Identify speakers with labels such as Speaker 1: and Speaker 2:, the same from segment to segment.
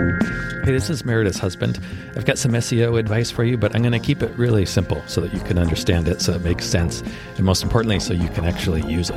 Speaker 1: Hey, this is Meredith's husband. I've got some SEO advice for you, but I'm going to keep it really simple so that you can understand it, so it makes sense, and most importantly, so you can actually use it.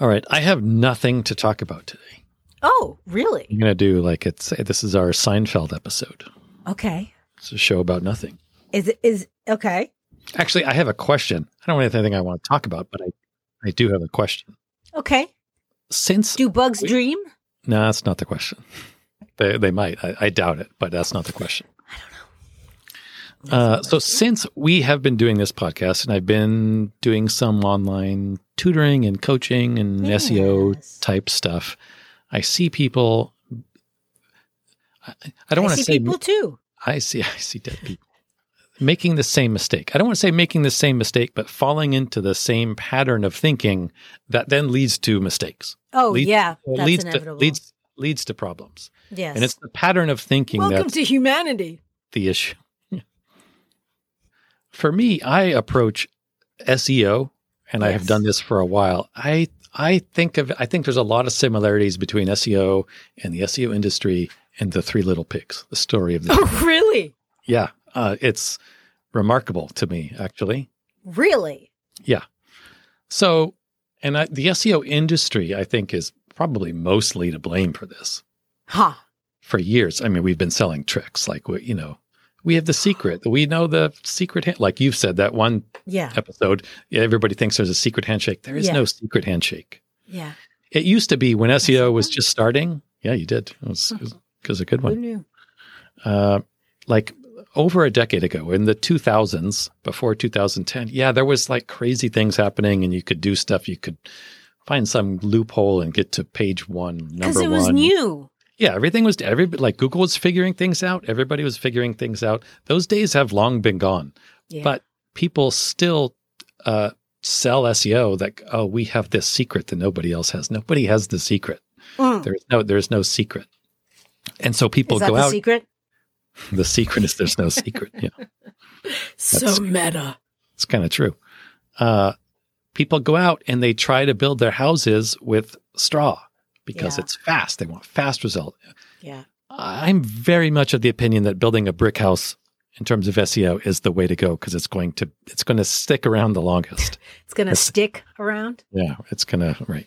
Speaker 1: All right, I have nothing to talk about today.
Speaker 2: Oh, really?
Speaker 1: I'm going to do like it's this is our Seinfeld episode.
Speaker 2: Okay.
Speaker 1: It's a show about nothing.
Speaker 2: Is it is okay?
Speaker 1: Actually, I have a question. I don't have anything I want to talk about, but I, I do have a question.
Speaker 2: Okay.
Speaker 1: Since
Speaker 2: Do bugs
Speaker 1: Wait.
Speaker 2: dream?
Speaker 1: no, that's not the question. They they might. I, I doubt it, but that's not the question. I don't know. Uh, so since we have been doing this podcast, and I've been doing some online tutoring and coaching and
Speaker 2: Yes.
Speaker 1: SEO type stuff, I see people. I, I don't want
Speaker 2: see
Speaker 1: to say
Speaker 2: people too.
Speaker 1: I see. I see dead people making the same mistake. I don't want to say making the same mistake, but falling into the same pattern of thinking that then leads to mistakes.
Speaker 2: Oh
Speaker 1: leads-
Speaker 2: yeah,
Speaker 1: It
Speaker 2: that's
Speaker 1: leads
Speaker 2: inevitable.
Speaker 1: to leads leads to problems,
Speaker 2: yes.
Speaker 1: and it's the pattern of thinking
Speaker 2: Welcome
Speaker 1: that's
Speaker 2: to humanity.
Speaker 1: the issue. For me, I approach SEO, and I have
Speaker 2: Yes.
Speaker 1: done this for a while. I I think of I think there's a lot of similarities between SEO and the SEO industry and the Three Little Pigs, the story of the
Speaker 2: Oh really?
Speaker 1: yeah, uh, it's remarkable to me, actually.
Speaker 2: Really?
Speaker 1: So, and I, the SEO industry, I think, is probably mostly to blame for this.
Speaker 2: Huh.
Speaker 1: For years, I mean, we've been selling tricks, like we, you know, we have the secret. We know the secret. hand- Like you've said, that one
Speaker 2: Yeah.
Speaker 1: episode, everybody thinks there's a secret handshake. There is
Speaker 2: Yeah.
Speaker 1: no secret handshake.
Speaker 2: Yeah.
Speaker 1: It used to be when SEO was just starting. Yeah, you did. It was, it was, it was a good
Speaker 2: Who
Speaker 1: one.
Speaker 2: knew?
Speaker 1: uh, like over a decade ago in the 2000s before 2010 yeah there was like crazy things happening and you could do stuff you could find some loophole and get to page one
Speaker 2: Because
Speaker 1: number
Speaker 2: it was
Speaker 1: one
Speaker 2: new.
Speaker 1: yeah everything was every like google was figuring things out everybody was figuring things out those days have long been gone
Speaker 2: Yeah.
Speaker 1: but people still uh, sell seo that oh we have this secret that nobody else has nobody has the secret
Speaker 2: Mm.
Speaker 1: there's no there's no secret and so people
Speaker 2: is that
Speaker 1: go
Speaker 2: the
Speaker 1: out
Speaker 2: secret?
Speaker 1: the secret is there's no secret. Yeah,
Speaker 2: So meta.
Speaker 1: it's kind of true. Uh, people go out and they try to build their houses with straw because
Speaker 2: Yeah.
Speaker 1: it's fast. They want fast result.
Speaker 2: Yeah.
Speaker 1: I'm very much of the opinion that building a brick house in terms of SEO is the way to go because it's going to it's going to stick around the longest.
Speaker 2: It's gonna
Speaker 1: That's-
Speaker 2: stick around.
Speaker 1: yeah, it's going to right.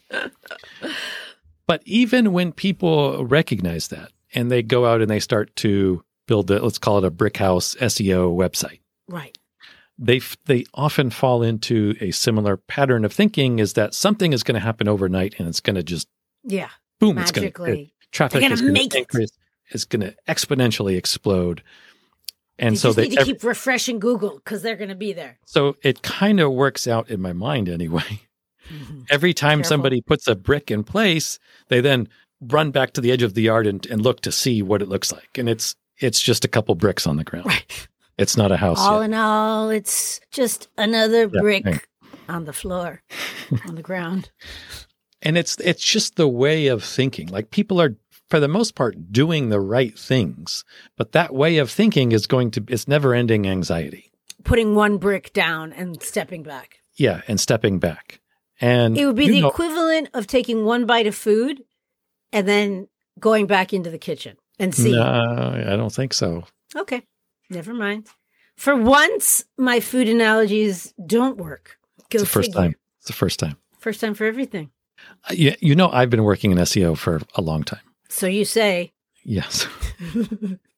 Speaker 1: but even when people recognize that and they go out and they start to build the let's call it a brick house SEO website.
Speaker 2: Right.
Speaker 1: they f- they often fall into a similar pattern of thinking is that something is going to happen overnight and it's going to just
Speaker 2: Yeah.
Speaker 1: boom it's going to
Speaker 2: Magically.
Speaker 1: traffic
Speaker 2: They're gonna
Speaker 1: is gonna
Speaker 2: make it.
Speaker 1: increase, it's going to exponentially explode and
Speaker 2: you
Speaker 1: so
Speaker 2: just
Speaker 1: they
Speaker 2: need to
Speaker 1: ev-
Speaker 2: keep refreshing Google because they're gonna be there.
Speaker 1: so it kind of works out in my mind anyway
Speaker 2: Mm-hmm.
Speaker 1: every time
Speaker 2: Careful.
Speaker 1: somebody puts a brick in place they then run back to the edge of the yard and, and look to see what it looks like and it's it's just a couple bricks on the ground
Speaker 2: Right.
Speaker 1: it's not a house
Speaker 2: All
Speaker 1: yet.
Speaker 2: in all, it's just another
Speaker 1: Yeah,
Speaker 2: brick
Speaker 1: hey.
Speaker 2: on the floor, on the ground.
Speaker 1: and it's it's just the way of thinking like people are for the most part doing the right things but that way of thinking is going to it's never ending anxiety
Speaker 2: Putting one brick down and stepping back.
Speaker 1: yeah and stepping back and
Speaker 2: It would be
Speaker 1: Mm, you
Speaker 2: the
Speaker 1: know-
Speaker 2: equivalent of taking one bite of food and then going back into the kitchen and seeing.
Speaker 1: no i don't think so
Speaker 2: Okay, never mind. For once, my food analogies don't work. Go
Speaker 1: it's the first
Speaker 2: figure.
Speaker 1: time it's the first time
Speaker 2: First time for everything.
Speaker 1: Uh, you, you know i've been working in seo for a long time
Speaker 2: So you say.
Speaker 1: yes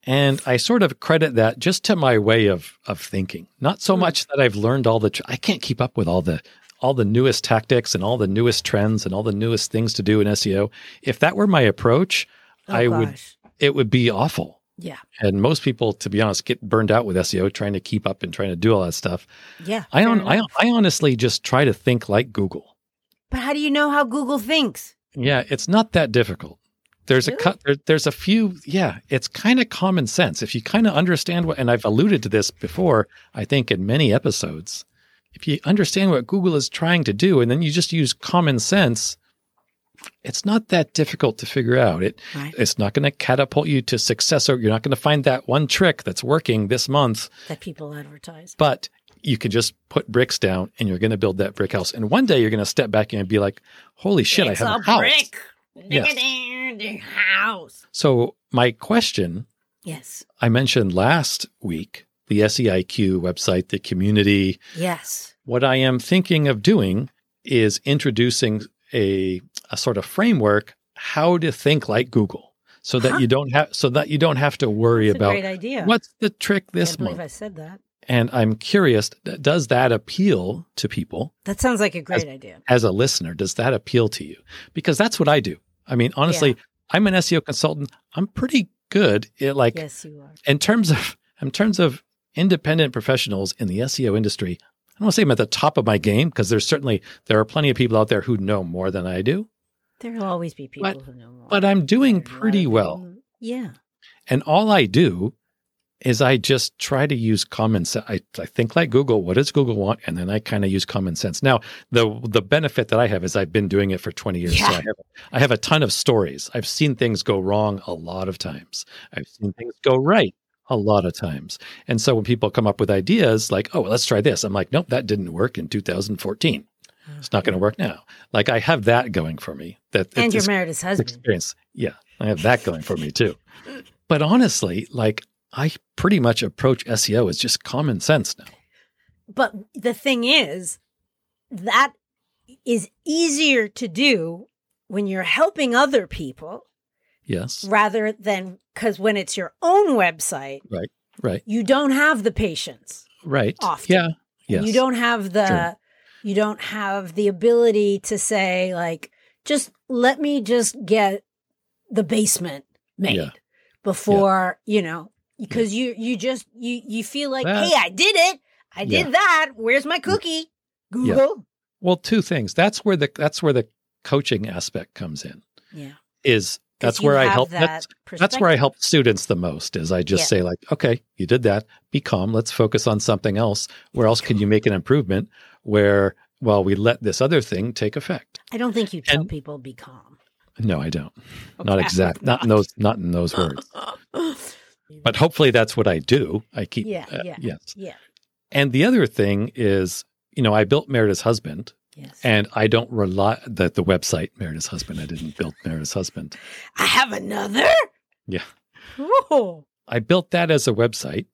Speaker 1: and i sort of credit that just to my way of of thinking not so
Speaker 2: Hmm.
Speaker 1: much that i've learned all the tr- i can't keep up with all the all the newest tactics and all the newest trends and all the newest things to do in seo if that were my approach
Speaker 2: Oh,
Speaker 1: I would-
Speaker 2: gosh.
Speaker 1: it would be awful
Speaker 2: Yeah.
Speaker 1: and most people to be honest get burned out with seo trying to keep up and trying to do all that stuff
Speaker 2: Yeah.
Speaker 1: i
Speaker 2: fair
Speaker 1: on, I,
Speaker 2: enough.
Speaker 1: I honestly just try to think like google
Speaker 2: But how do you know how Google thinks?
Speaker 1: yeah it's not that difficult there's a
Speaker 2: Really?
Speaker 1: cut there, there's a few yeah it's kind of common sense if you kind of understand what and i've alluded to this before i think in many episodes if you understand what google is trying to do and then you just use common sense it's not that difficult to figure out it
Speaker 2: Right.
Speaker 1: it's not going to catapult you to success or you're not going to find that one trick that's working this month
Speaker 2: That people advertise.
Speaker 1: but you can just put bricks down and you're going to build that brick house. And one day you're going to step back and be like, holy shit,
Speaker 2: it's
Speaker 1: I have
Speaker 2: a
Speaker 1: a house.
Speaker 2: brick.
Speaker 1: Yes.
Speaker 2: Yes. House.
Speaker 1: So, my question
Speaker 2: Yes.
Speaker 1: I mentioned last week the SEIQ website, the community.
Speaker 2: Yes.
Speaker 1: What I am thinking of doing is introducing a, a sort of framework how to think like Google so that
Speaker 2: Huh.
Speaker 1: you don't have so that you don't have to worry
Speaker 2: That's a
Speaker 1: about
Speaker 2: great idea.
Speaker 1: what's the trick
Speaker 2: I
Speaker 1: this
Speaker 2: can't believe
Speaker 1: month.
Speaker 2: I said that.
Speaker 1: And I'm curious, th- does that appeal to people
Speaker 2: That sounds like a great idea.
Speaker 1: as a listener? Does that appeal to you? Because that's what I do. I mean, honestly, I'm an SEO consultant. I'm pretty good at like
Speaker 2: yes, you are.
Speaker 1: in terms of in terms of independent professionals in the SEO industry, I don't want to say I'm at the top of my game because there's certainly there are plenty of people out there who know more than I do,
Speaker 2: There'll always be people
Speaker 1: But-
Speaker 2: who know more.
Speaker 1: but I'm doing
Speaker 2: There's a lot
Speaker 1: pretty
Speaker 2: of
Speaker 1: well.
Speaker 2: people- Yeah.
Speaker 1: And all I do is I just try to use common sense. I, I think like Google, what does Google want? And then I kind of use common sense. Now, the the benefit that I have is I've been doing it for 20 years. So
Speaker 2: Yeah.
Speaker 1: I have, I have a ton of stories. I've seen things go wrong a lot of times. I've seen things go right a lot of times. And so when people come up with ideas like, oh, let's try this, I'm like, nope, that didn't work in 2014.
Speaker 2: Oh,
Speaker 1: It's not going to work now. Like I have that going for me. That
Speaker 2: And
Speaker 1: it's-
Speaker 2: your Meredith's husband.
Speaker 1: experience. Yeah, I have that going for me too. But honestly, like I pretty much approach SEO as just common sense now.
Speaker 2: But the thing is, that is easier to do when you're helping other people
Speaker 1: Yes,
Speaker 2: rather than because when it's your own website,
Speaker 1: right,
Speaker 2: you don't have the patience.
Speaker 1: right.
Speaker 2: Often.
Speaker 1: Yeah, yes.
Speaker 2: And You don't have the
Speaker 1: Sure.
Speaker 2: you don't have the ability to say like just let me just get the basement made
Speaker 1: Yeah.
Speaker 2: before, you know, because you you just you you feel like,
Speaker 1: That-
Speaker 2: "Hey, I did it. I did
Speaker 1: Yeah.
Speaker 2: that. Where's my cookie?" Google.
Speaker 1: Well, two things. That's where the that's where the coaching aspect comes in.
Speaker 2: Yeah.
Speaker 1: Is
Speaker 2: 'Cause
Speaker 1: that's
Speaker 2: you
Speaker 1: where I
Speaker 2: have
Speaker 1: help.
Speaker 2: that
Speaker 1: that's, that's where I
Speaker 2: perspective.
Speaker 1: help students the most. Is I just
Speaker 2: Yeah.
Speaker 1: say like, okay, you did that. Be calm. Let's focus on something else. Where else can you make an improvement? Where while we let this other thing take effect.
Speaker 2: I don't think you tell
Speaker 1: and-
Speaker 2: people be calm.
Speaker 1: No, I don't. Not
Speaker 2: Okay.
Speaker 1: exact. Not in those. Not in those words. but hopefully that's what I do. I keep,
Speaker 2: Yeah,
Speaker 1: uh,
Speaker 2: yeah.
Speaker 1: yes.
Speaker 2: yeah.
Speaker 1: And the other thing is, you know, I built Meredith's husband,
Speaker 2: Yes.
Speaker 1: and I don't rely that the website Meredith's husband. I didn't build Meredith's husband.
Speaker 2: I have another?
Speaker 1: Yeah.
Speaker 2: Whoa.
Speaker 1: I built that as a website,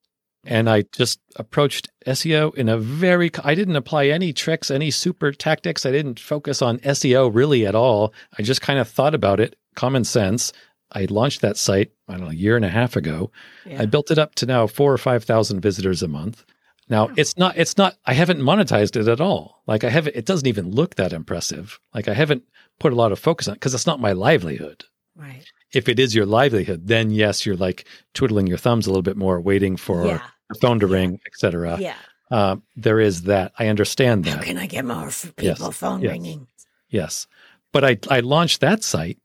Speaker 1: and I just approached SEO in a very. I didn't apply any tricks, any super tactics. I didn't focus on SEO really at all. I just kind of thought about it, common sense. I launched that site, I don't know, a year and a half ago.
Speaker 2: Yeah.
Speaker 1: I built it up to now four or five thousand visitors a month. Now
Speaker 2: Wow.
Speaker 1: it's not it's not I haven't monetized it at all. Like I haven't it doesn't even look that impressive. Like I haven't put a lot of focus on it because it's not my livelihood.
Speaker 2: Right.
Speaker 1: If it is your livelihood, then yes, you're like twiddling your thumbs a little bit more, waiting for
Speaker 2: yeah.
Speaker 1: the phone to ring, etc.
Speaker 2: Yeah.
Speaker 1: Um, there is that. I understand
Speaker 2: How
Speaker 1: that.
Speaker 2: can I get more f-
Speaker 1: Yes,
Speaker 2: people phone
Speaker 1: yes.
Speaker 2: ringing?
Speaker 1: Yes. But I, I launched that site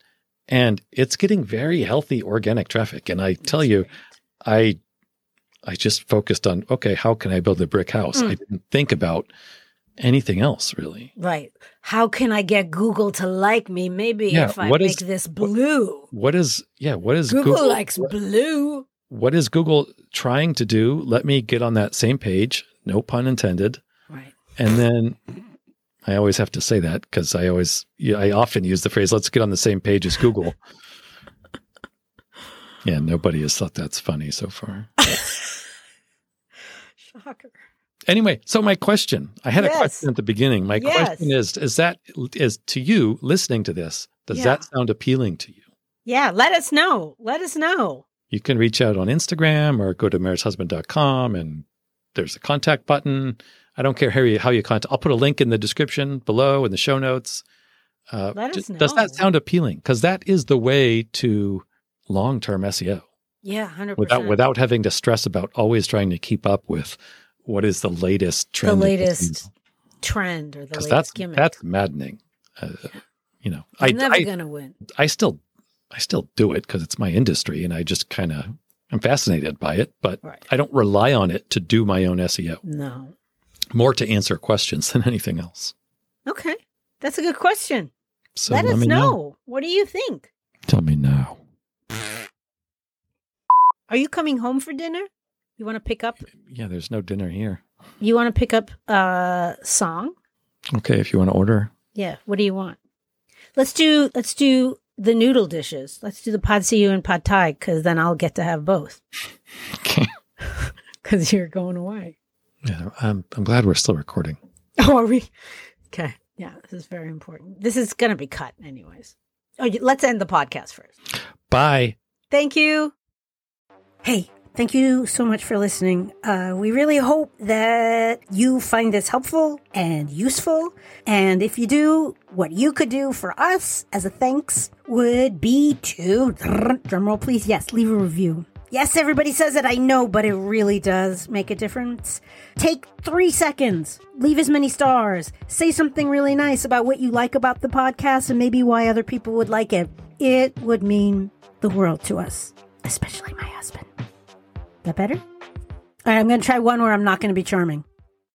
Speaker 1: and it's getting very healthy organic traffic. And I tell
Speaker 2: That's
Speaker 1: you, I
Speaker 2: great.
Speaker 1: I just focused on okay, how can I build a brick house?
Speaker 2: Mm.
Speaker 1: I didn't think about anything else really.
Speaker 2: Right. How can I get Google to like me? Maybe
Speaker 1: Yeah,
Speaker 2: if I
Speaker 1: what
Speaker 2: make
Speaker 1: is-
Speaker 2: this blue.
Speaker 1: What is yeah, what is
Speaker 2: Google,
Speaker 1: Google,
Speaker 2: likes blue.
Speaker 1: what is Google trying to do? Let me get on that same page, no pun intended.
Speaker 2: Right.
Speaker 1: And then I always have to say that because I always yeah, I often use the phrase let's get on the same page as Google. yeah, nobody has thought that's funny so far.
Speaker 2: Shocker.
Speaker 1: Anyway, so my question, I had
Speaker 2: Yes.
Speaker 1: a question at the beginning. My
Speaker 2: Yes.
Speaker 1: question is is that is to you listening to this, does
Speaker 2: Yeah.
Speaker 1: that sound appealing to you?
Speaker 2: Yeah. Let us know. Let us know.
Speaker 1: You can reach out on Instagram or go to marriagehusband.com and there's a contact button. I don't care how you, how you contact. I'll put a link in the description below in the show notes. Uh,
Speaker 2: Let
Speaker 1: d-
Speaker 2: us
Speaker 1: Does
Speaker 2: know.
Speaker 1: that sound appealing? Because that is the way to long-term SEO
Speaker 2: Yeah. 100%.
Speaker 1: without without having to stress about always trying to keep up with what is the latest
Speaker 2: the
Speaker 1: trend. that gets used.
Speaker 2: latest trend or the
Speaker 1: because
Speaker 2: latest
Speaker 1: that's
Speaker 2: gimmick.
Speaker 1: that's maddening. Uh, you know, I,
Speaker 2: I'm never
Speaker 1: I
Speaker 2: going to win.
Speaker 1: I still I still do it because it's my industry, and I just kind of I'm fascinated by it, but
Speaker 2: Right.
Speaker 1: I don't rely on it to do my own SEO.
Speaker 2: No.
Speaker 1: More to answer questions than anything else.
Speaker 2: Okay. That's a good question.
Speaker 1: So
Speaker 2: let, us
Speaker 1: me
Speaker 2: know. What do you think?
Speaker 1: Tell me now.
Speaker 2: Are you coming home for dinner? You want to pick up?
Speaker 1: Yeah, there's no dinner here.
Speaker 2: You want to pick up a song?
Speaker 1: Okay, if you want to order.
Speaker 2: Yeah. What do you want? Let's do let's do the noodle dishes. Let's do the pad see you and pad thai because then I'll get to have both.
Speaker 1: Okay.
Speaker 2: Because you're going away.
Speaker 1: Yeah, I'm, I'm glad we're still recording.
Speaker 2: Oh, are we? Okay. Yeah, this is very important. This is going to be cut, anyways. Oh, y- let's end the podcast first.
Speaker 1: Bye.
Speaker 2: Thank you. Hey, thank you so much for listening. Uh, we really hope that you find this helpful and useful. And if you do, what you could do for us as a thanks would be to drumroll, please. Yes, leave a review. Yes, everybody says it, I know, but it really does make a difference. Take three seconds, leave as many stars, say something really nice about what you like about the podcast and maybe why other people would like it. It would mean the world to us, especially my husband. That better? All right, I'm going to try one where I'm not going to be charming.